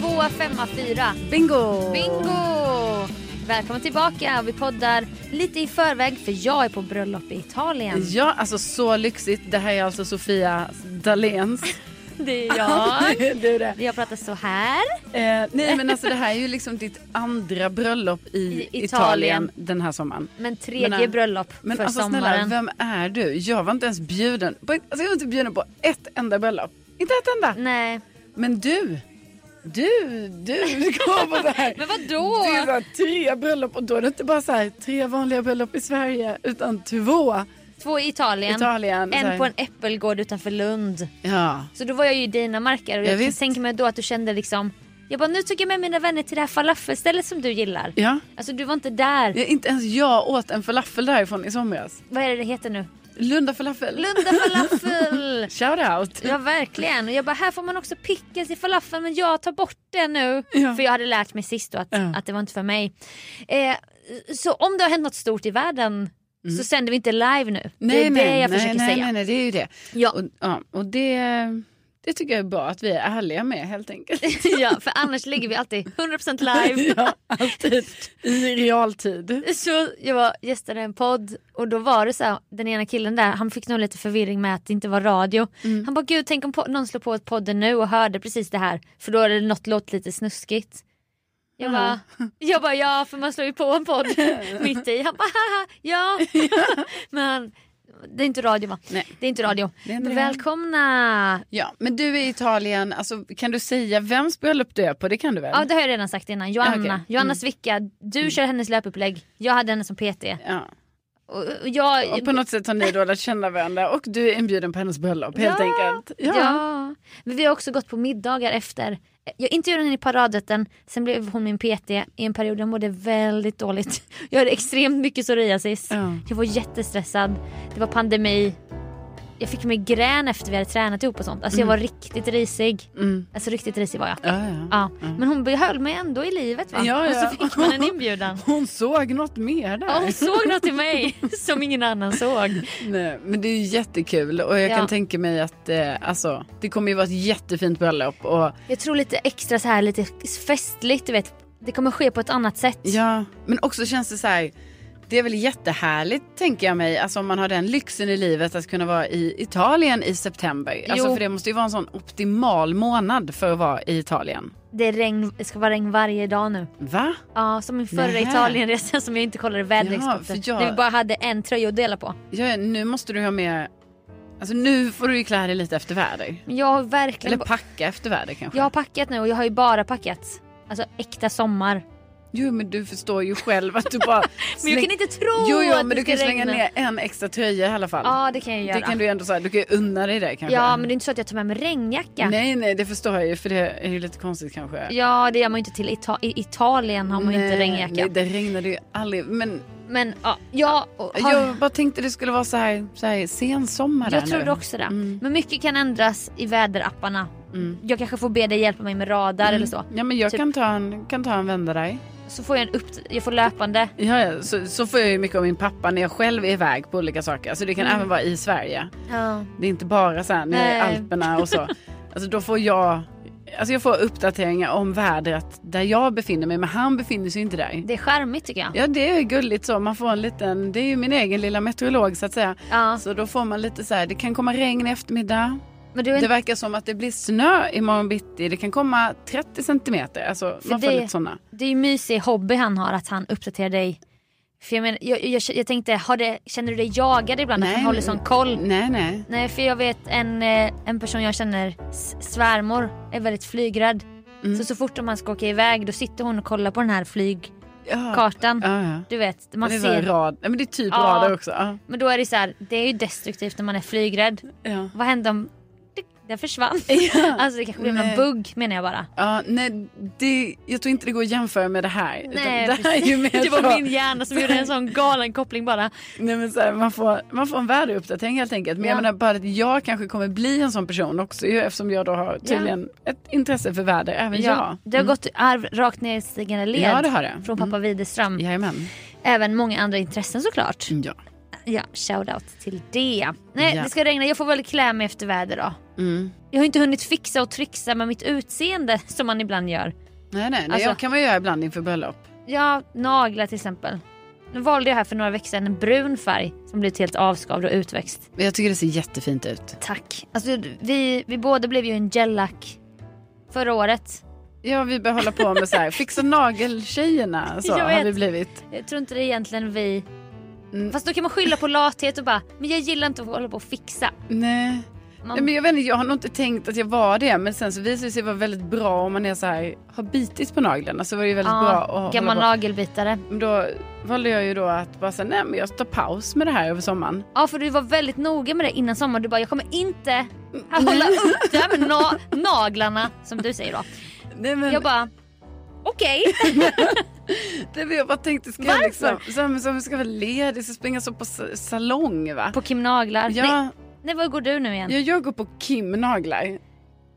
2, 5, 4. Bingo! Bingo! Välkommen tillbaka. Vi poddar lite i förväg för jag är på bröllop i Italien. Ja, alltså så lyxigt. Det här är alltså Sofia Dahléns. Det är jag. Det är du det. Jag pratar så här. Eh, nej men alltså det här är ju liksom ditt andra bröllop i, I Italien. Italien. den här sommaren. Men tredje Men, äh, bröllop Men för alltså snälla, sommaren. vem är du? Jag var inte ens bjuden. På, alltså jag var inte bjuden på ett enda bröllop. Inte ett enda. Nej. Men du. Du, du kom på det här. Men vadå? Det var tre bröllop och då är det inte bara så här, tre vanliga bröllop i Sverige utan två. Två i Italien. Italien, så här. En på en äppelgård utanför Lund. Ja. Så då var jag ju i Dinamarka och Ja, jag kan visst. tänka mig då att du kände liksom jag bara nu tog jag med mina vänner till det här falafelstället som du gillar. Ja. Alltså du var inte där. Ja, inte ens jag åt en falafel därifrån i somras. Vad är det det heter nu? Lunda falafel. Lunda falafel! Shout out. Ja verkligen. Och jag bara här får man också pickas i falafeln men jag tar bort det nu. Ja. För jag hade lärt mig sist då att, Ja. att det var inte för mig. Eh, så om det har hänt något stort i världen så sänder vi inte live nu. det är det jag försöker Mm. nej, säga. Nej, nej, det är ju det. Ja. Och, ja, och det, det tycker jag är bra att vi är ärliga med helt enkelt. ja, för annars ligger vi alltid 100% live. ja, alltid i realtid. Så jag var, gästade en podd och då var det så här, den ena killen där, han fick nog lite förvirring med att det inte var radio. Mm. Han bara gud tänk om po- någon slår på ett podden nu och hörde precis det här för då hade det något låtit lite snuskigt. Jag bara, jag bara ja för man slår ju på en podd mitt i. Han bara haha ja. Men han- det är inte radio va? Nej. Det är inte radio. Det är inte Men det. välkomna! Ja, men du är i Italien, alltså, kan du säga vems bröllop du är på? Det kan du väl? Ja det har jag redan sagt innan, Joanna. Ja, okej. Mm. Joanna Svicka, du kör hennes löpupplägg, jag hade henne som PT. Ja. Och, och jag, Och på något sätt har ni då lärt känna varandra och du är inbjuden på hennes bröllop helt Ja. enkelt. Ja. Men vi har också gått på middagar efter. Jag intervjuade henne i paradrätten, sen blev hon min PT i en period. Jag mådde väldigt dåligt. Jag hade extremt mycket psoriasis. Ja. Jag var jättestressad. Det var pandemi. Jag fick migrän efter vi hade tränat ihop och sånt. Alltså jag var riktigt risig. Mm. Alltså riktigt risig var jag. Ja, ja. Ja. Men hon behöll mig ändå i livet va? Ja, ja. Och så fick man en inbjudan. Hon såg något mer där. Ja, hon såg något i mig som ingen annan såg. Nej, men det är ju jättekul och jag Ja. kan tänka mig att eh, alltså, det kommer ju vara ett jättefint bröllop. Och, Jag tror lite extra så här lite festligt du vet. Det kommer ske på ett annat sätt. ja, men också känns det så här, Det är väl jättehärligt tänker jag mig, alltså om man har den lyxen i livet att kunna vara i Italien i september. Alltså Jo. för det måste ju vara en sån optimal månad för att vara i Italien. Det, är regn, det ska vara regn varje dag nu. Va? Ja, som min förra Nähä. Italienresa som jag inte kollade väderexperten. för jag- När vi bara hade en tröja att dela på. Ja, nu måste du ha med, alltså nu får du ju klä dig lite efter väder. Men jag har verkligen... Eller packa efter väder kanske. jag har packat nu och jag har ju bara packat. Alltså äkta sommar. Jo men du förstår ju själv att du bara... Men jag släng- kan inte tro Jo, jo att men det du ska kan slänga regna. ner en extra tröja i alla fall. Ja det kan jag göra. det kan du ju ändå säga, du kan ju unna dig det kanske. ja men det är inte så att jag tar med mig regnjacka. Nej nej det förstår jag ju för det är ju lite konstigt kanske. Ja det gör man ju inte till Ita- i Italien har man ju inte Nej, regnjacka. Nej, det regnade ju aldrig. Men Men ja, jag, och- har, jag bara tänkte det skulle vara så här, så här sensommar jag här trodde nu. Mm. också det. Men mycket kan ändras i väderapparna. Jag kanske får be dig hjälpa mig med radar eller så. Ja men jag Typ. kan, ta en, kan ta en vända dig. Så får jag en upp, jag får löpande. Ja, ja så, så får jag ju mycket av min pappa när jag själv är iväg på olika saker. Alltså det kan även vara i Sverige. Ja. Det är inte bara så här när jag är Mm. i Nej. Alperna och så. Alltså då får jag, alltså jag får uppdateringar om vädret där jag befinner mig men han befinner sig ju inte där. Det är charmigt tycker jag. Ja det är ju gulligt så, man får en liten, det är ju min egen lilla meteorolog så att säga. Ja. Så då får man lite så här, det kan komma regn i eftermiddag. Men du är Det inte, verkar som att det blir snö imorgon bitti. Det kan komma 30 centimeter. Alltså, man får det- lite sådana. det är ju mysig hobby han har att han uppdaterar dig. För jag, menar, jag, jag, jag tänkte, har det, känner du dig jagad ibland? att han håller sån koll? Nej, nej. Nej för jag vet en, eh, en person jag känner, s- svärmor, är väldigt flygrädd. Mm. Så så fort man ska åka iväg då sitter hon och kollar på den här flygkartan. Ja. Ja, ja. Du vet, man det är så här ser. rad. Nej, men det är typ Ja. radar också. Ja. Men då är det så här, det är ju destruktivt när man är flygrädd. Ja. Vad händer om Tick, den försvann? Alltså det kanske blev någon Nej. bugg menar jag bara. Ja, nej, det, jag tror inte det går att jämföra med det här. Utan Nej, det här är ju mer precis. det var så- min hjärna som gjorde en sån galen koppling bara. Nej, men så här, man, får, man får en väderuppdatering helt enkelt. Men jag Ja. menar bara att jag kanske kommer bli en sån person också ju, eftersom jag då har tydligen ett intresse för väder, även Ja, jag. Mm. det har gått i arv rakt ner i stigande led Ja, det har det. Mm. från pappa Widerström. Jajamän. Även många andra intressen såklart. Ja. Ja, shoutout till det. Nej, Mm. Ja. det ska regna. Jag får väl klä mig efter väder då. Mm. Jag har inte hunnit fixa och trixa med mitt utseende som man ibland gör. Nej, nej, nej Alltså- jag kan man göra ibland inför bröllop. Ja, naglar till exempel. Nu valde jag här för några veckor sedan en brun färg som blivit helt avskavd och utväxt. Men Jag tycker det ser jättefint ut. Tack. Alltså, vi, vi båda blev ju en gellack förra året. Ja, vi bör hålla på med så här, fixa nageltjejerna så Jag har vet. vi blivit. Jag tror inte det är egentligen vi. Mm. Fast då kan man skylla på lathet och bara, men jag gillar inte att hålla på och fixa. Nej. Man, Nej, men jag vet inte, jag har nog inte tänkt att jag var det, men sen så visade det sig vara väldigt bra om man är så här, har bitit på naglarna så var det ju väldigt bra att ja, hålla gammal på. nagelbitare. Men Då valde jag ju då att bara säga nej men jag tar paus med det här över sommaren. Ja för du var väldigt noga med det innan sommaren. Du bara jag kommer inte Mm. att hålla upp det här med na- naglarna som du säger då. Nej men Jag bara okej. det, men jag bara tänkte ska jag Varför? liksom, så här, men så här, ska jag vara ledig, ska springa så på sa- salong va? På Kim Naglar. Nej, ja, nej var går du nu igen? jag, jag går på Kim naglar.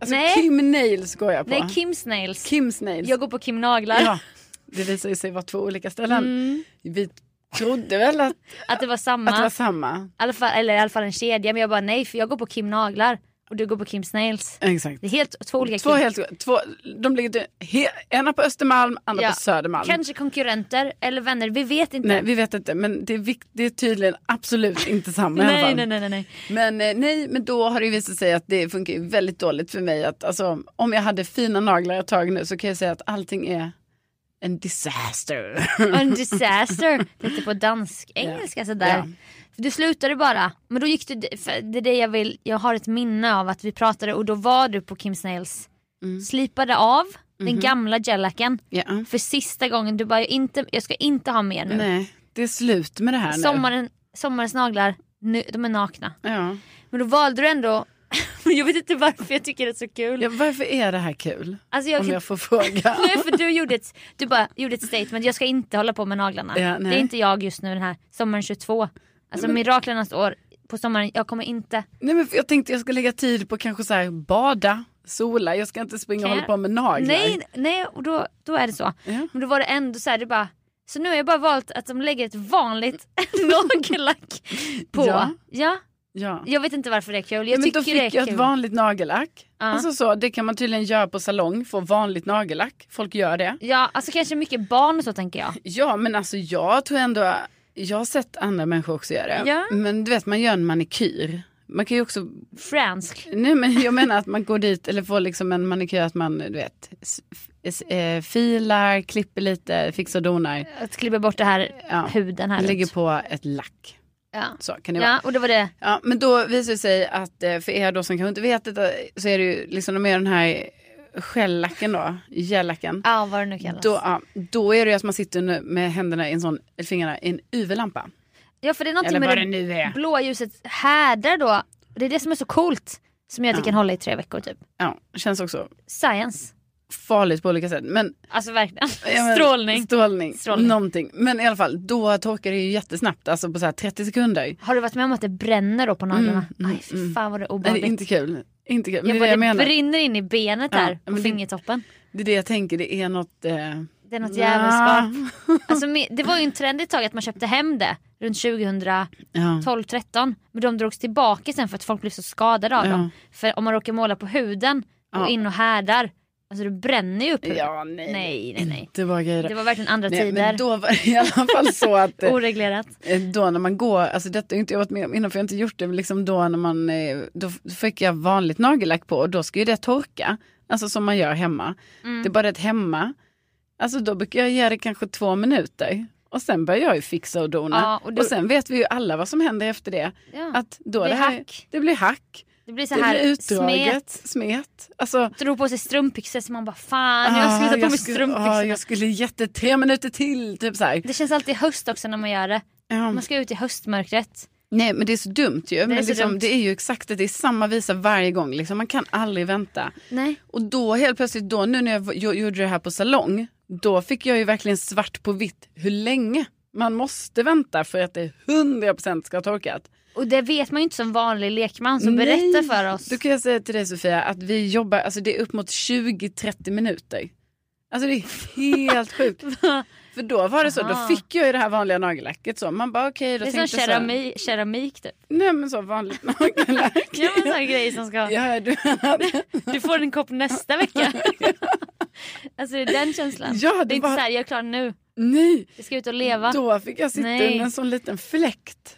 Alltså Nej. Kim nails går jag på. nej Kims nails. Kims nails. Jag går på Kim Naglar. Ja, det visade ju sig vara två olika ställen. Mm. Vi trodde väl att, Att det var samma. att det var samma. I alla fall, eller i alla fall en kedja. Men jag bara nej för jag går på Kim Naglar och du går på Kims nails. Exakt. Det är helt två olika Två Kim. helt, två, de ligger till, he, ena på Östermalm, andra Ja. på Södermalm. Kanske konkurrenter eller vänner. Vi vet inte. Nej, vi vet inte, men det är, vikt, det är tydligen absolut inte samma i alla nej, fall. nej, nej, nej, nej. Men, eh, nej, men då har det ju visat sig att det funkar ju väldigt dåligt för mig. Att, alltså, om jag hade fina naglar ett tag nu så kan jag säga att allting är en disaster. En disaster. Lite på dansk engelska sådär. Ja. För du slutade bara. Men då gick du, för det är det jag vill, jag har ett minne av att vi pratade och då var du på Kim Snails. Mm. Slipade av Mhm. den gamla gellacken. ja. För sista gången, du bara jag, inte, jag ska inte ha mer nu. Nej, det är slut med det här nu. Sommaren, sommarens naglar, nu, de är nakna. Ja. Men då valde du ändå, men jag vet inte varför jag tycker det är så kul. Ja, varför är det här kul? Alltså jag Om kan- jag får fråga. Nej för du gjorde ett, du bara gjorde ett statement, jag ska inte hålla på med naglarna. Ja, nej. det är inte jag just nu den här sommaren 22. Alltså miraklernas år på sommaren, jag kommer inte. Nej, men jag tänkte jag ska lägga tid på kanske så här bada, sola. Jag ska inte springa och Kan hålla jag- på med naglar. Nej, nej och då, då är det så. Ja. Men då var det ändå så här, du bara, så nu har jag bara valt att de lägger ett vanligt nagellack på. Ja. Ja. Ja. jag vet inte varför det är kul. Jag men tycker då fick det är jag ett kul. vanligt nagellack. Ja. Alltså så, det kan man tydligen göra på salong, få vanligt nagellack. Folk gör det. Ja, alltså kanske mycket barn och så tänker jag. Ja men alltså jag tror ändå Jag har sett andra människor också göra det. Ja. Men du vet, man gör en manikyr. Man kan ju också... Fransk. Nej, men jag menar att man går dit eller får liksom en manikyr att man, du vet, s- s- eh, filar, klipper lite, fixar och donar. Att klippa bort det här Ja. huden här. Lägger ut. på ett lack. Ja. Så kan det vara. ja, och det var det. Ja, men då visar det sig att eh, för er då som kanske inte vet detta så är det ju liksom de gör den här skällacken då, gellacken. Ja, vad det nu kallas. Då, ja, då är det ju att man sitter nu med händerna i en sån, eller fingrarna i en UV-lampa. Ja för det är Eller någonting med vad det nu är. blåa ljuset härdar då. Det är det som är så coolt. Som gör att det Ja. kan hålla i tre veckor typ. Ja, känns också Science. farligt på olika sätt. Men, Alltså verkligen. ja, men, Strålning. strålning. Strålning. Någonting. Men i alla fall, då torkar det ju jättesnabbt, alltså på så här 30 sekunder. Har du varit med om att det bränner då på naglarna? Mm, Aj fy mm, fan vad det är Nej, det obehagligt. är inte kul. Inte kul. Men jag det, är det, jag bara, det menar. brinner in i benet Ja, här men på det- fingertoppen. det är det jag tänker, det är något... Eh... Det är något Ja. jävelskap. Alltså, me- det var ju en trend ett tag att man köpte hem det runt 2012-13. Ja. Men de drogs tillbaka sen för att folk blev så skadade av Ja. dem. För om man råkar måla på huden och Ja. in och härdar, alltså det bränner ju upp huden. ja, nej. Nej, nej, nej. Inte våra grejer. Det var verkligen andra Nej, tider. men då var det i alla fall så att eh, Oreglerat. eh, då när man går, alltså detta har ju inte jag varit med om innan för jag har inte gjort det, men liksom då när man, eh, då f- fick jag vanligt nagellack på och då ska ju det torka, alltså som man gör hemma. Mm. Det är bara det att hemma, alltså då brukar jag ge det kanske två minuter och sen börjar jag ju fixa och dona. Ja, och och, då- sen vet vi ju alla vad som händer efter det. Ja. Att då Det det, blir här, hack. det blir hack, Det blir så det blir här utdraget, smet. smet. Alltså, Drog på sig strumpbyxor så man bara fan jag ah, skulle ta på mig skulle- ah, strumpbyxorna. jag skulle gett det tre minuter till, typ så här. Det känns alltid höst också när man gör det. Ja. Man ska ut i höstmörkret. Nej men det är så dumt ju. men så liksom, dumt. det är ju exakt det, det är samma visa varje gång. Liksom. Man kan aldrig vänta. Nej. Och då helt plötsligt, då, nu när jag v- jo- gjorde det här på salong, då fick jag ju verkligen svart på vitt hur länge man måste vänta för att det 100% ska ha torkat. Och det vet man ju inte som vanlig lekman som berättar för oss. Då kan jag säga till dig Sofia att vi jobbar, alltså det är upp mot 20-30 minuter. Alltså det är helt sjukt. För då var det så, Aha. då fick jag ju det här vanliga nagellacket så. Man bara okej, då Det är som tänkte jag så här, kerami, keramik typ. Nej men så vanligt nagellack. Det var en sån grej som ska... Ja, du hade... Du får en kopp nästa vecka. alltså det är den känslan. Ja, det det är inte var- såhär jag är klar nu. Nej, Jag ska ut och leva. då fick jag sitta Nej. i en sån liten fläkt.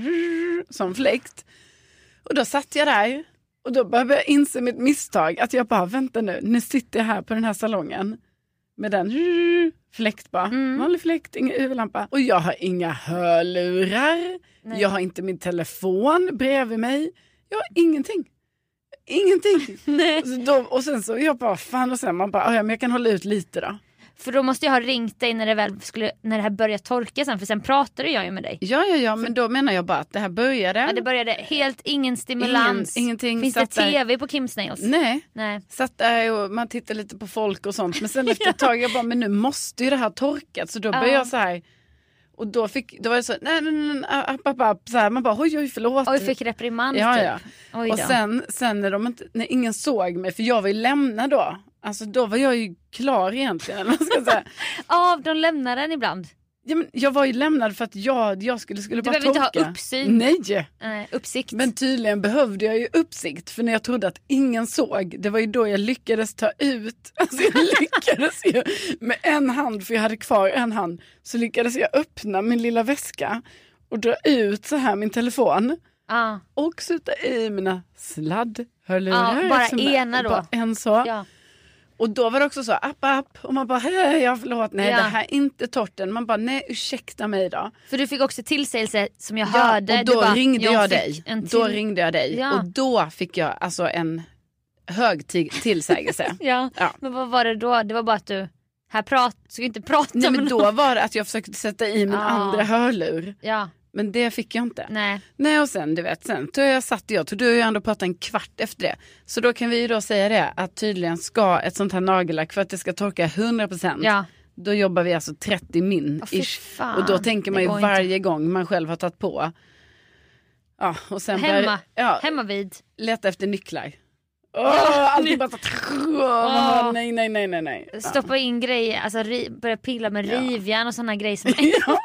Som fläkt. Och då satt jag där och då började jag inse mitt misstag. Att jag bara, vänta nu, nu sitter jag här på den här salongen. Med den fläkt bara. Mm. Vanlig fläkt, ingen UV-lampa. Och jag har inga hörlurar. Jag har inte min telefon bredvid mig. Jag har ingenting. Ingenting. Och, så då, och sen så jag bara, fan och sen man bara, "Ah, ja, men jag kan hålla ut lite då. För då måste jag ha ringt dig när det, väl skulle, när det här börjar torka sen för sen pratade jag ju med dig. Ja, ja, ja, men då menar jag bara att det här började. Ja, det började helt ingen stimulans. Ingen- ingenting Finns det satt där. tv på Kim Snails? Nej, Nej. satt där och man tittade lite på folk och sånt. Men sen efter ett tag, jag bara, men nu måste ju det här torkat. Så då började Ja. jag så här. Och då, fick, då var det så, nej, nej, nej, nej, app, app, app. Så här, man bara, oj, oj, förlåt. Oj, fick reprimand ja, typ. ja. Oj Och då. sen, sen när, de inte, när ingen såg mig, för jag var ju lämnad då. Alltså då var jag ju klar egentligen. Eller vad man ska säga. Ja, de lämnar den ibland. Ja, men jag var ju lämnad för att jag, jag skulle, skulle bara behöver inte ha torka. uppsyn. Nej. Eh, uppsikt. Men tydligen behövde jag ju uppsikt för när jag trodde att ingen såg, det var ju då jag lyckades ta ut, alltså jag lyckades ju med en hand, för jag hade kvar en hand, så lyckades jag öppna min lilla väska och dra ut så här min telefon Ja. och sätta i mina sladdhörlurar. Ja, bara som- ena då. Bara en så. ja. Och då var det också så, app app, och man bara, hej, ja förlåt, nej Ja. det här är inte torten. Man bara, nej ursäkta mig då. För du fick också tillsägelse som jag Ja, hörde. och då Du bara, ringde jag, fick dig. En till... Då ringde jag dig Ja. och då fick jag alltså en hög ti- tillsägelse. ja. Ja. Men vad var det då? Det var bara att du, här prat, ska inte prata Nej, men med då var det att jag försökte sätta i min Ja. andra hörlur. Ja, Men det fick jag inte. Nej, nej. och sen du vet, sen tror jag satt jag, tror du och jag ändå pratade en kvart efter det. Så då kan vi ju då säga det att tydligen ska ett sånt här nagellack för att det ska torka 100% Ja. då jobbar vi alltså 30 min Åh, fy ish. fan. Och då tänker man Det ju går inte. varje gång man själv har tagit på. Ja, och sen Hemma. Bör, ja, Hemma vid. Leta efter nycklar. Åh, alltid bara så... Ah. Åh, nej, nej, nej, nej, nej. Ja. Stoppa in grejer, alltså ri, börja pilla med rivjärn och sådana grejer som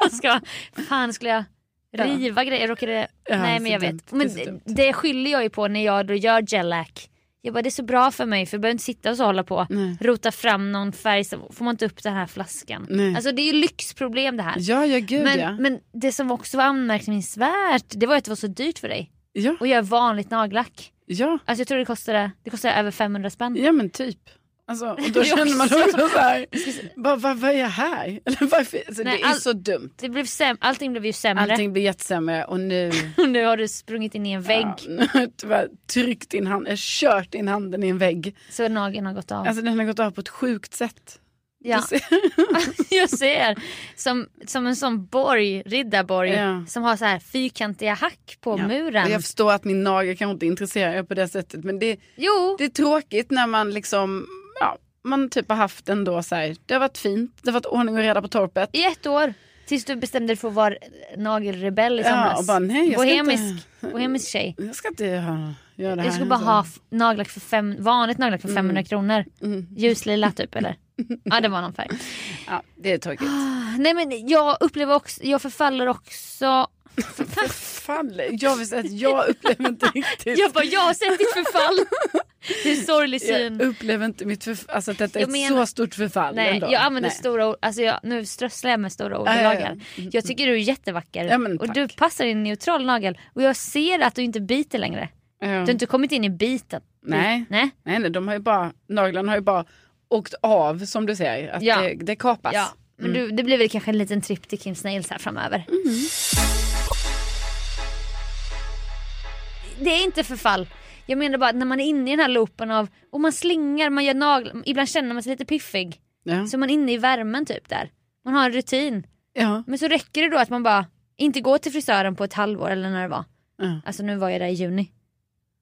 man ska, fan skulle jag riva grejer, jag råkade, Ja, nej så men jag dumt. vet. Det är Men så det, dumt. det skyller jag ju på när jag då gör gellack. Jag bara det är så bra för mig för jag behöver inte sitta och så hålla på Nej. rota fram någon färg så får man inte upp den här flaskan. Nej. Alltså det är ju lyxproblem det här. Ja, ja gud men, ja. men det som också var anmärkningsvärt det var ju att det var så dyrt för dig Ja, att göra vanligt nagellack. ja. Alltså jag tror det kostade, det kostade över 500 spänn. Ja men typ. Alltså, och då Jag känner man också. också så här, vad vad- vad är jag här? Eller varför? Alltså, Nej, det är all- så dumt. Det blev säm- allting blev ju sämre. Allting blir jättesämre och nu, Och nu har du sprungit in i en vägg ja, nu har jag tyvärr tryckt in handen, kört in handen i en vägg. så nageln har gått av. Alltså den har gått av på ett sjukt sätt. ja. Du ser. jag ser. Som, som en sån borg, riddarborg, Ja. som har så här fyrkantiga hack på Och muren. Jag förstår att min nagel kanske inte intresserar er på det sättet men det, Jo, det är tråkigt när man liksom, ja, man typ har haft en då så här, det har vatt fint, det har varit ordning och reda på torpet. i ett år. Tills du bestämde dig för att vara nagelrebell i somras. Ja, och bara, nej, jag ska bohemisk, bohemisk tjej. Jag ska inte göra, göra det här. Jag skulle bara Så. Mm. ha f- nagellack för fem, vanligt nagellack för 500 kronor. Ljuslila typ eller? ja det var någon färg. Ja, det är tråkigt. Ah, Nej men jag upplever också, jag förfaller också. Faller. Jag vill säga att jag upplever inte riktigt. Jag bara jag har sett ditt förfall. det är en sorglig syn. Jag upplever inte mitt förfall, alltså att detta är Jag ett menar- så stort förfall. Nej, ändå. jag använder Nej. stora ord. Alltså jag, nu strösslar jag med stora ord Ja, och ja, ja. lagar. Jag tycker du är jättevacker Ja, men och tack. du passar i en neutral nagel. Och jag ser att du inte biter längre. Ja. Du har inte kommit in i biten. Mm. Nej. Nej. Ehm, Nej, nej, de har ju bara, naglarna har ju bara åkt av som du säger, att Ja. det, det kapas. Ja. Men Mm. du, det blir väl kanske en liten tripp till Kims Nails här framöver. Det är inte förfall. Jag menar bara att när man är inne i den här loopen av, och man slingar, man gör naglar, ibland känner man sig lite piffig. Ja. Så man är inne i värmen typ där. Man har en rutin. Ja. Men så räcker det då att man bara inte går till frisören på ett halvår eller när det var. Ja. Alltså nu var jag där i juni.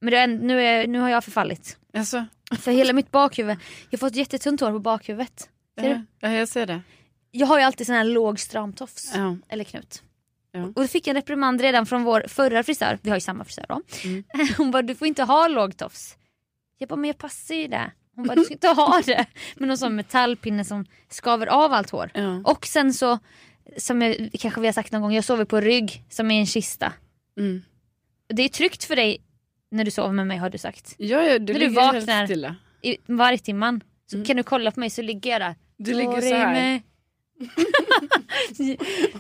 Men det är, en- nu, är, nu har jag förfallit. Alltså, För hela mitt bakhuvud, jag har fått jättetunt hår på bakhuvudet. Ser ja. du? ja, jag ser det. Jag har ju alltid sån här låg stramtofs. Ja. Eller knut. Ja. Och då fick jag en reprimand redan från vår förra frisör, vi har ju samma frisör då. Mm. Hon bara du får inte ha låg tofs. Jag bara men jag passar ju det. Hon bara du ska inte ha det. Men någon sån metallpinne som skaver av allt hår. Ja. Och sen så, som jag, kanske vi har sagt någon gång, jag sover på rygg som är en kista. Mm. Det är tryggt för dig när du sover med mig har du sagt. Ja, ja, du du ligger helt vaknar- stilla. I varje timman så kan du kolla på mig så ligger jag där. Mm. Du ligger så Dorime. här.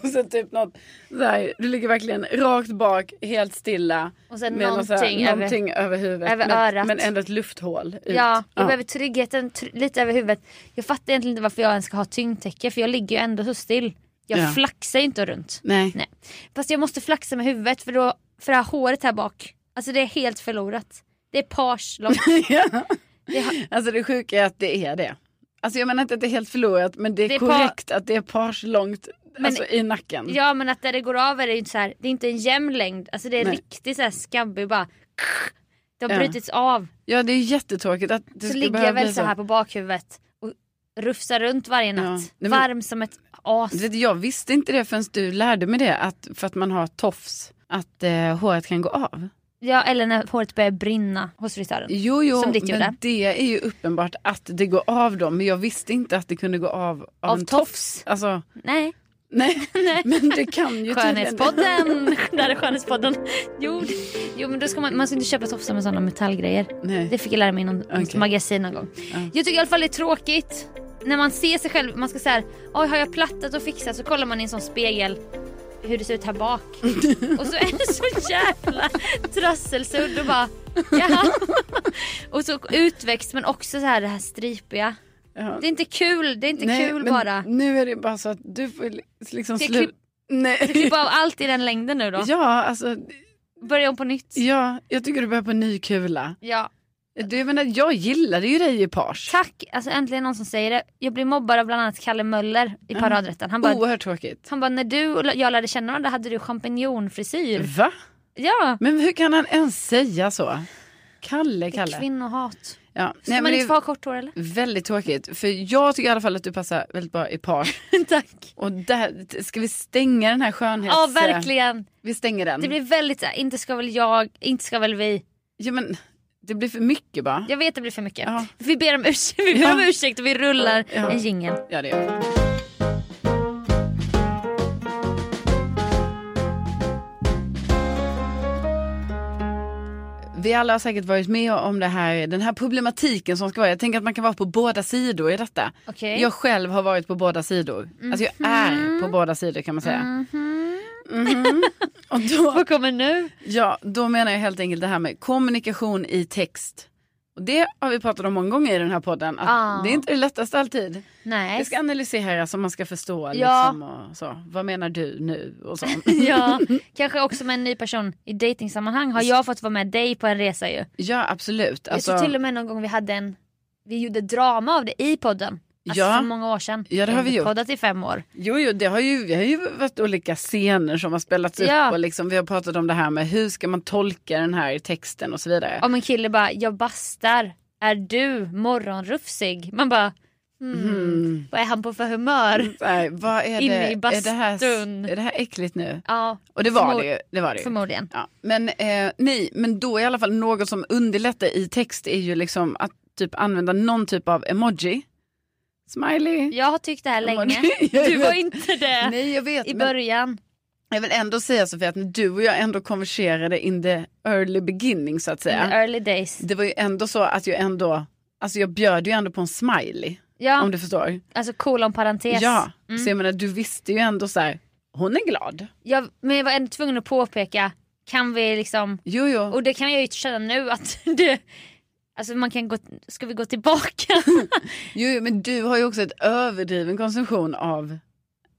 Och så typ något, så här, du ligger verkligen rakt bak, helt stilla. Och sen någon så Alltså, någonting här, över- någonting över, huvudet. över men, örat. men ändå ett lufthål ut. Ja, jag behöver tryggheten tr- lite över huvudet. Jag fattar egentligen inte varför jag ens ska ha tyngdtäcke för jag ligger ju ändå så still. Jag Ja. flaxar ju inte runt. Nej. Nej. Fast jag måste flaxa med huvudet för, då, för det här håret här bak, alltså det är helt förlorat. Det är page långt. ja. Det har- Alltså det sjuka är att det är det. Alltså jag menar inte att det är helt förlorat men det är, Det är par- korrekt att det är pars långt Men- alltså, i nacken. Ja men att där det går av är det ju inte så här, det är inte en jämn längd. Alltså det är Nej. riktigt så här skabbig bara. Det har Ja. brutits av. Ja det är jättetråkigt att det Så ska ligger behöva jag bli väl så här på bakhuvudet och rufsar runt varje Ja. natt. Nej, men- Varm som ett as. Du vet, jag visste inte det förrän du lärde mig det att för att man har tofs att eh, håret kan gå av. Ja eller när håret börjar brinna hos frisören. Jo jo Som ditt gjorde. men det är ju uppenbart att det går av dem men jag visste inte att det kunde gå av av, Av en tofs. tofs. Alltså Nej. nej, men det kan ju tydligen- Skönhetspodden! Där är Skönhetspodden. Jo, det- jo men då ska man, man ska inte köpa tofsar med sådana metallgrejer. Nej. Det fick jag lära mig i någon något Okej. magasin någon gång. Jag tycker i alla fall det är tråkigt när man ser sig själv. Man ska säga oj har jag plattat och fixat så kollar man i en sån spegel hur det ser ut här bak. och så är det så jävla trösselsudd och bara jaha. och så utväxt men också så här det här stripiga. Ja. Det är inte kul, det är inte Nej, kul men bara. Nu är det bara så att du får li- liksom Ska jag sluta. klipp- Nej. Bara allt i den längden nu då. Ja, alltså, Börja om på nytt. ja, jag tycker du börjar på en ny kula. Ja. Du, menar, jag gillade ju dig i pars. Tack! Alltså äntligen någon som säger det. Jag blev mobbad av bland annat Kalle Möller i paradrätten. Han bara, Oerhört tråkigt. han bara när du och jag lärde känna varandra hade du champinjonfrisyr. Va? Ja! Men hur kan han ens säga så? Det Kalle, är Kalle. kvinnohat. Ja. Ska Nej, man men det inte få ha är kort hår eller? väldigt tråkigt. För jag tycker i alla fall att du passar väldigt bra i pars. Tack! Och där, ska vi stänga den här skönhets... Ja verkligen. Vi stänger den. Det blir väldigt såhär, inte ska väl jag, inte ska väl vi. Ja, men, det blir för mycket bara. Jag vet det blir för mycket. Ja. Vi ber om ursäkt, vi ber Ja. om ursäkt och vi rullar Ja. en jingel. Ja, det gör vi. Vi alla har säkert varit med om det här, den här problematiken som ska vara. Jag tänker att man kan vara på båda sidor i detta. Okej. Mhm. Jag själv har varit på båda sidor. Alltså jag är på båda sidor kan man säga. Mhm. Och då, Vad kommer nu? ja, då menar jag helt enkelt det här med kommunikation i text. Och det har vi pratat om många gånger i den här podden. Att Ah. Det är inte det lättaste alltid. Nej. Det ska analyseras och man ska Ja. förstå. Liksom, och så. Vad menar du nu? Och så. ja, kanske också med en ny person i dejtingsammanhang har jag fått vara med dig på en resa ju. ja absolut. Alltså- Jag tror till och med någon gång vi hade en, vi gjorde drama av det i podden. Alltså Ja. för många år sedan. Ja, det Jag har vi inte gjort. poddat i fem år. Jo, jo det har ju, vi har ju varit olika scener som har spelats Ja. upp och liksom, vi har pratat om det här med hur ska man tolka den här texten och så vidare. Om en kille bara, jag bastar, är du morgonrufsig? Man bara, hmm, Mm. vad är han på för humör? Så här, Mm, vad är Inne det, i är det, här, bastun. är det här äckligt nu? Ja, Och det var förmo- det ju. Det var det ju. Förmodligen. Ja. Men eh, nej, men då i alla fall något som underlättar i text är ju liksom att typ använda någon typ av emoji. Smiley. Jag har tyckt det här Emoji. länge. Jag Du var vet. inte det Nej, jag vet. i men- början. Jag vill ändå säga Sofia att när du och jag ändå konverserade in the early beginning så att säga. In the early days. Det var ju ändå så att jag ändå, alltså jag bjöd ju ändå på en smiley. Ja, Mm. Om du förstår. alltså kolon parentes. Ja, så jag menar du visste ju ändå så här, hon är glad. Jag, men jag var ändå tvungen att påpeka, kan vi liksom Jo, jo. Och det kan jag ju känna nu att det, alltså man kan gå, ska vi gå tillbaka? jo, jo men du har ju också ett överdriven konsumtion av,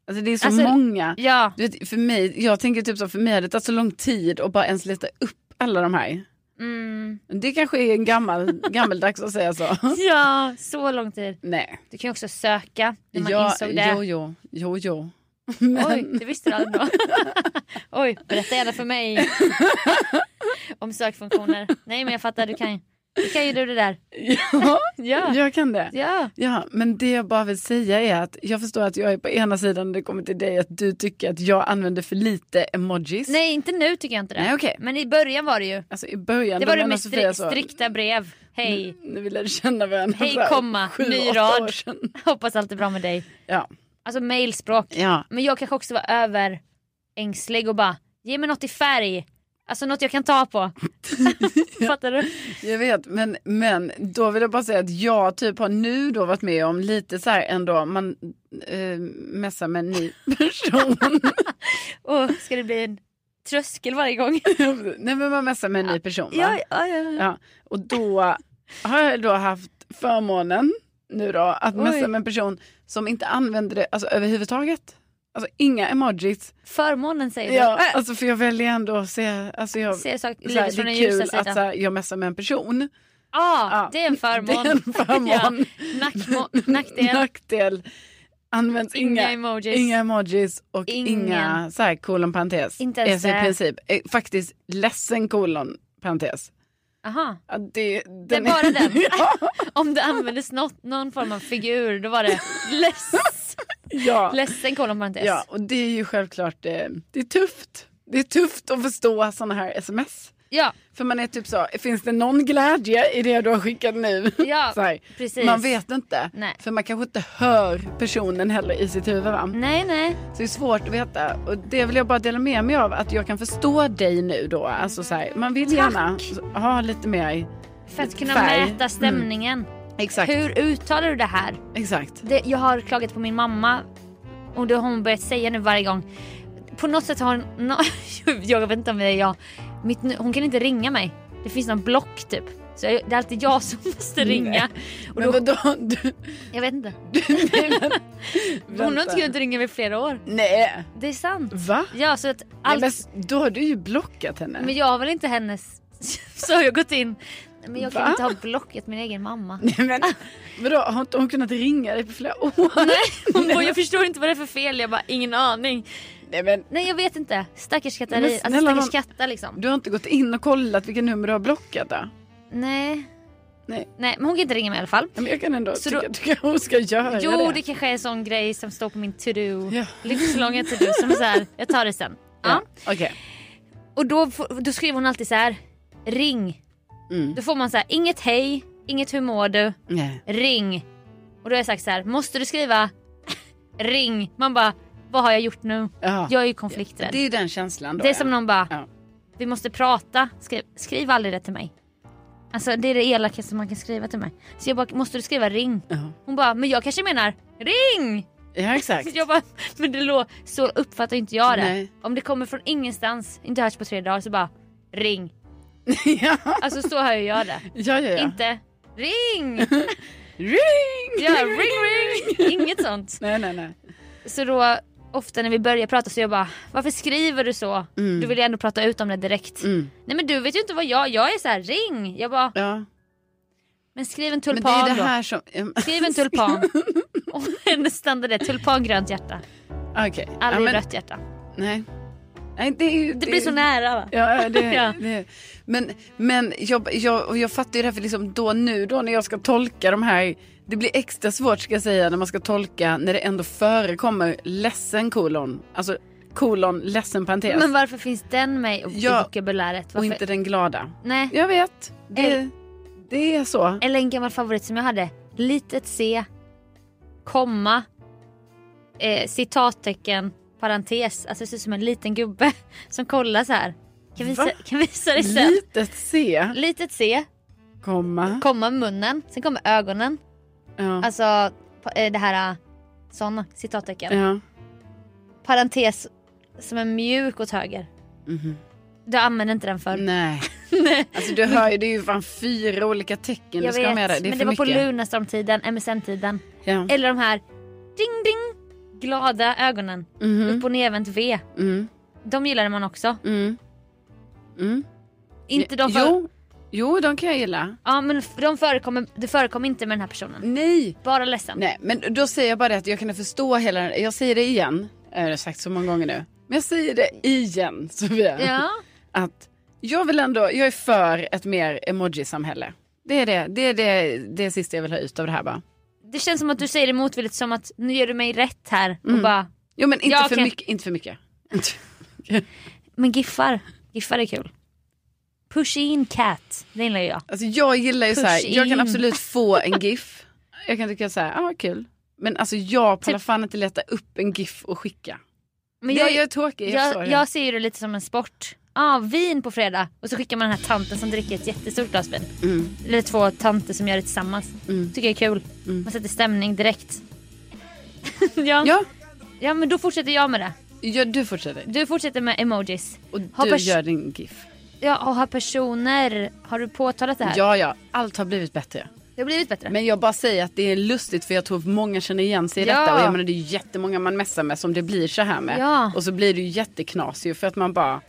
alltså det är så Alltså, många. ja, Du vet, för mig, jag tänker typ så, för mig har det tagit så lång tid att bara ens leta upp alla de här. mm, Det kanske är en gammal, gammeldags att säga så. ja, så lång tid. Nej. Du kan ju också söka när man Ja, insåg det. jo, jo, jo, jo. Oj, det visste du aldrig då. Oj, berätta gärna för mig om sökfunktioner. Nej men jag fattar, du kan ju, du kan ju du det där. Ja, Ja, jag kan det. ja. Ja, men det jag bara vill säga är att jag förstår att jag är på ena sidan när det kommer till dig att du tycker att jag använder för lite emojis. Nej inte nu tycker jag inte det. Nej, okej. Men i början var det ju. Alltså i början Det då var det menar med Sofia stri- så, Mm. strikta brev. Hej, Nu vill jag känna varandra Hej, för komma, sju, ny åtta rad. år sedan. hoppas allt är bra med dig. Ja, Alltså mailspråk. ja. Men jag kanske också var över ängslig och bara ge mig något i färg. Alltså något jag kan ta på. Fattar du? Jag vet, men, men då vill jag bara säga att jag typ har nu då varit med om lite så här ändå, man eh, messar med en ny person. Och ska det bli en tröskel varje gång? Nej men man messar med en ny person va? Ja, ja, ja. Ja, och då har jag då haft förmånen nu då att Oj. messa med en person som inte använder det alltså, överhuvudtaget. Alltså inga emojis. Förmånen säger Ja, du. alltså, för jag väljer ändå att se, alltså jag, Äh. Se sak, så här, livet det från den är kul ljusa att så sidan. Ja, här, jag messar med en person. ja, det är en förmån. Det är en förmån. Nackmo- nackdel. Nackdel. Används Inga inga, emojis. inga emojis och Ingen. inga så här, kolon parentes. Inte ens Alltså, det. i princip, eh, faktiskt ledsen kolon parentes. Aha. Ja, det, Det är den bara den. ja, Om det användes något, någon form av figur då var det less, ja. ledsen kolon parentes. Ja, och det är ju självklart, eh, det är tufft. Det är tufft att förstå sådana här sms. Ja, För man är typ så, finns det någon glädje i det du har skickat nu? Ja, så här. precis. Man vet inte, Nej. för man kanske inte hör personen heller i sitt huvud. Va? nej nej. Så det är svårt att veta. Och det vill jag bara dela med mig av, att jag kan förstå dig nu då. Alltså så här, man vill gärna ha lite mer. För att kunna Färg. mäta stämningen. Exakt, Hur uttalar du det här? exakt. det, jag har klagat på min mamma och det har hon börjat säga nu varje gång. På något sätt har hon... nå- jag vet inte om det är jag. Mitt, nu- hon kan inte ringa mig. Det finns någon block typ. Så jag, det är alltid jag som måste ringa. Och Men då, vadå? Du, jag vet inte. Hon har vänta. inte kunnat ringa mig i flera år. Nej, Det är sant. va? Ja, så att Nej, allt, men, s- då har du ju blockat henne. men jag har väl inte hennes... Så har jag gått in. Men jag kan Va? inte ha blockat min egen mamma. Nej, men, vadå, har inte hon kunnat ringa dig på flera år? Ah. Nej, hon bara, jag förstår inte vad det är för fel. Jag bara, ingen aning. Nej, men, Nej jag vet inte. Stackars Men Katarina. Alltså snälla stackars nån- Katta liksom. du har inte gått in och kollat vilka nummer du har blockat då? Nej. Nej. Nej men hon kan inte ringa mig i alla fall. Men jag kan ändå Så tycka då- att du kanske ska göra Jo det. det. kanske är en sån grej som står på min to-do. Ja. Livslånga to-do som är så här, jag tar det sen. Ja. Ja, Okej, Och då, får- då skriver hon alltid så här, ring. Mm. Då får man så här, inget hej, inget hur mår du, Nej. ring. Och då har jag sagt så här, måste du skriva ring? Man bara, vad har jag gjort nu? Ja. Jag är ju konflikträdd. Ah, det är ju den känslan då. Det är ja. som någon bara, Ja. Vi måste prata. Skriv, skriv aldrig det till mig. Alltså det är det elakaste man kan skriva till mig. Så jag bara, måste du skriva ring? Ja, Hon bara, men jag kanske menar ring! ja exakt. Så jag bara, men det lå, så uppfattar inte jag det. Nej. Om det kommer från ingenstans, inte hörts på tre dagar, så bara ring. ja, Alltså så hör ju jag det. ja, ja. ja. Inte ring! Ring! Ja, ring ring! Inget sånt. Nej, nej, nej. Så då ofta när vi börjar prata så jag bara, varför skriver du så? Mm. Du vill ju ändå prata ut om det direkt. Mm. Nej men du vet ju inte vad jag, jag är så här ring. Jag bara, Ja. men skriv en Men det är tulpan det då. här som... Ehm, Skriv en tulpan. Och hennes standard är tulpan grönt hjärta, Okej. Ja, aldrig men- rött hjärta. Nej. nej det, är ju- Det blir så nära va? Ja, det, Ja. det. Men, men jag, jag, och jag fattar ju det här för liksom då nu då när jag ska tolka de här. Det blir extra svårt ska jag säga när man ska tolka när det ändå förekommer ledsen kolon. Alltså kolon ledsen parentes. Men varför finns den med i Ja. vokabuläret? Varför? och inte den glada. Nej. Jag vet. Eller- Det, det är så. Eller en gammal favorit som jag hade. Litet C, komma, eh, citattecken, parentes. Alltså det ser ut som en liten gubbe som kollar så här. Kan visa, Va? kan visa dig sen. Litet C, Litet C, komma. komma munnen, sen kommer ögonen. Ja. Alltså pa- eh, det här, eh, sådana citattecken. Ja. Parentes som är mjuk åt höger. Mhm. Du använder inte den för. Nej. Alltså du hör ju, det är ju fan fyra olika tecken du Jag ska vet, ha med dig. Det är men det för var på mycket. Mm. Lunarstorm-tiden, MSN-tiden. Ja. Eller de här ding ding glada ögonen. Mhm. Upp och nervänt V. Mm. De gillade man också. Mm. Mm. Inte de för- jo. jo, de kan jag gilla. Ja men f- de förekommer, det förekommer inte med den här personen. Nej. Bara ledsen. Nej, men då säger jag bara det att jag kan förstå hela den. Jag säger det igen. Jag har sagt så många gånger nu. Men jag säger det igen, Sofia. Ja. Att jag vill ändå, jag är för ett mer emoji-samhälle. Det är det, det är det, det är sista jag vill ha ut av det här bara. Det känns som att du säger det motvilligt som att nu gör du mig rätt här och Mm. bara Jo men inte, Ja, för, okej. mycket, inte för mycket. men giffar. Giffar är kul. Push in cat. Det gillar jag. Alltså jag gillar ju Push så här, jag in. kan absolut få en GIF. Jag kan tycka så här, ja ah, kul. Men alltså jag pallar fan inte leta upp en GIF och skicka. Men det, jag, jag, är tråkig, jag, förstår jag, det. jag ser ju det lite som en sport. ah, vin på fredag och så skickar man den här tanten som dricker ett jättestort glas vin. Mm. Eller två tanter som gör det tillsammans. Mm. Tycker jag är kul. Mm. Man sätter stämning direkt. ja. Ja. Ja, men då fortsätter jag med det. ja, du fortsätter. Du fortsätter med emojis. Och Har du pers- gör din GIF. Ja, och har personer. Har du påtalat det här? Ja, ja, allt har blivit bättre. Det har blivit bättre. Men jag bara säger att det är lustigt för jag tror många känner igen sig i Ja. detta. Och jag menar det är ju jättemånga man messar med som det blir så här med. Ja. Och så blir det ju jätteknas ju för att man bara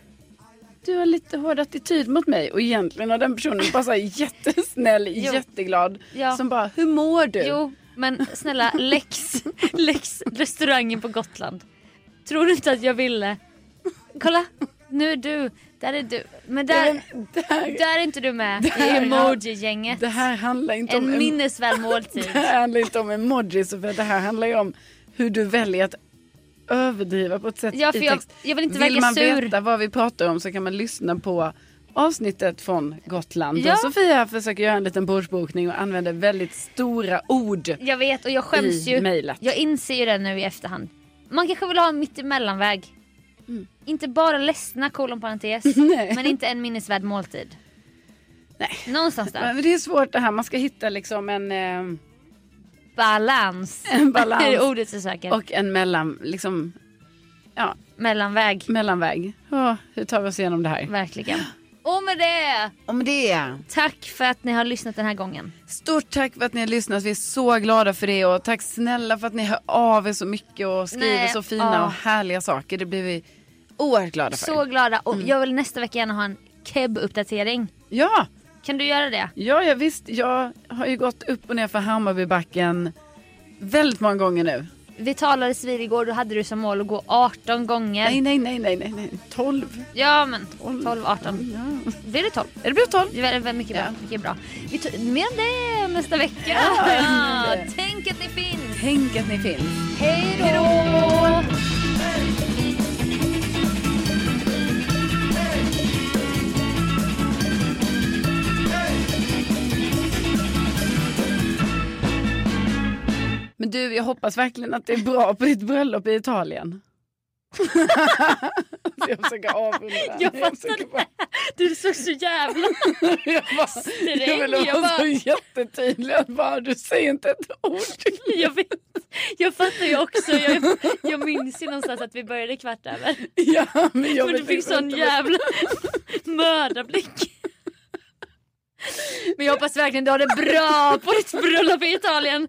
du har lite hård attityd mot mig och egentligen har den personen bara så här jättesnäll, jätteglad. Ja. Som bara, hur mår du? Jo, men snälla Lex, Lex restaurangen på Gotland. Tror du inte att jag ville? Kolla, nu är du. Där är du. Men där, Där, där är inte du med i Där, ja. emoji-gänget. det här handlar inte om En minnesvärd måltid. Det här handlar inte om emojis, för det här handlar ju om hur du väljer att överdriva på ett sätt Ja, för i jag, text. jag vill inte Vill verka man sur. veta vad vi pratar om så kan man lyssna på avsnittet från Gotland. Ja. Och Sofia försöker göra en liten bordsbokning och använder väldigt stora ord Jag vet och jag skäms i ju. mejlet. Jag inser ju det nu i efterhand. Man kanske vill ha en mittemellanväg. Inte bara ledsna kolon parentes. Mm. Nej. Men inte en minnesvärd måltid. Nej. Någonstans där. Men det är svårt det här, man ska hitta liksom en, eh, Balans. en Det är balans ordet jag söker. och en mellan, liksom, Mellanväg. mellanväg. Ja, hur tar vi oss igenom det här? Verkligen. Och med det. Om det. Tack för att ni har lyssnat den här gången. Stort tack för att ni har lyssnat. Vi är så glada för det. Och tack snälla för att ni hör av er så mycket och skriver Nej, så fina ja. och härliga saker. Det blir vi oerhört glada för. Så glada. Mm. Och jag vill nästa vecka gärna ha en keb-uppdatering. Ja, Kan du göra det? ja, ja, visst. Jag har ju gått upp och ner för Hammarbybacken väldigt många gånger nu. Vi talades vid igår. Då hade du som mål att gå 18 gånger. Nej, nej, nej, nej, nej, nej. 12. Ja men Tolv. 12, 18. Ja. Blir det 12? Det blev 12. Det är väldigt mycket bra. Ja. Mycket bra. Vi tar mer om det nästa vecka. Ja, Ja, det. tänk att ni finns. Tänk att ni finns. Hej då! Men du, jag hoppas verkligen att det är bra på ditt bröllop i Italien. jag försöker avrunda. Jag försöker fattar bara- det. Du såg så jävla... jag bara, Sträng, jag ville jag vara så bara- jättetydlig. Jag bara, du säger inte ett ord. Jag, vet, jag fattar ju också. Jag, jag minns ju någonstans att vi började kvart över. Ja, men jag och vet du fick inte sån vad- jävla mördarblick. Men jag hoppas verkligen du har det bra på ditt bröllop i Italien.